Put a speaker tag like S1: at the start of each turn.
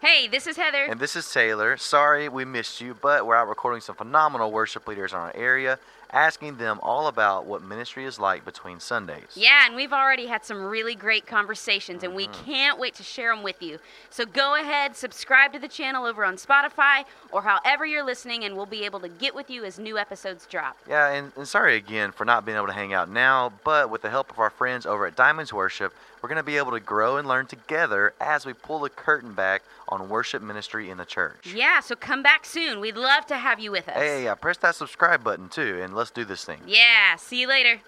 S1: Hey, this is Heather.
S2: And this is Taylor. Sorry we missed you, but we're out recording some phenomenal worship leaders in our area, asking them all about what ministry is like between Sundays.
S1: yeah, and we've already had some really great conversations, and we can't wait to share them with you. So go ahead, subscribe to the channel over on Spotify or however you're listening, and we'll be able to get with you as new episodes drop.
S2: Yeah, and, and sorry again for not being able to hang out now, but with the help of our friends over at Diamonds Worship, we're going to be able to grow and learn together as we pull the curtain back on worship ministry in the church.
S1: Yeah, so come back soon. We'd love to have you with us.
S2: uh Hey, yeah, press that subscribe button too, and let's do this thing.
S1: Yeah, see you later.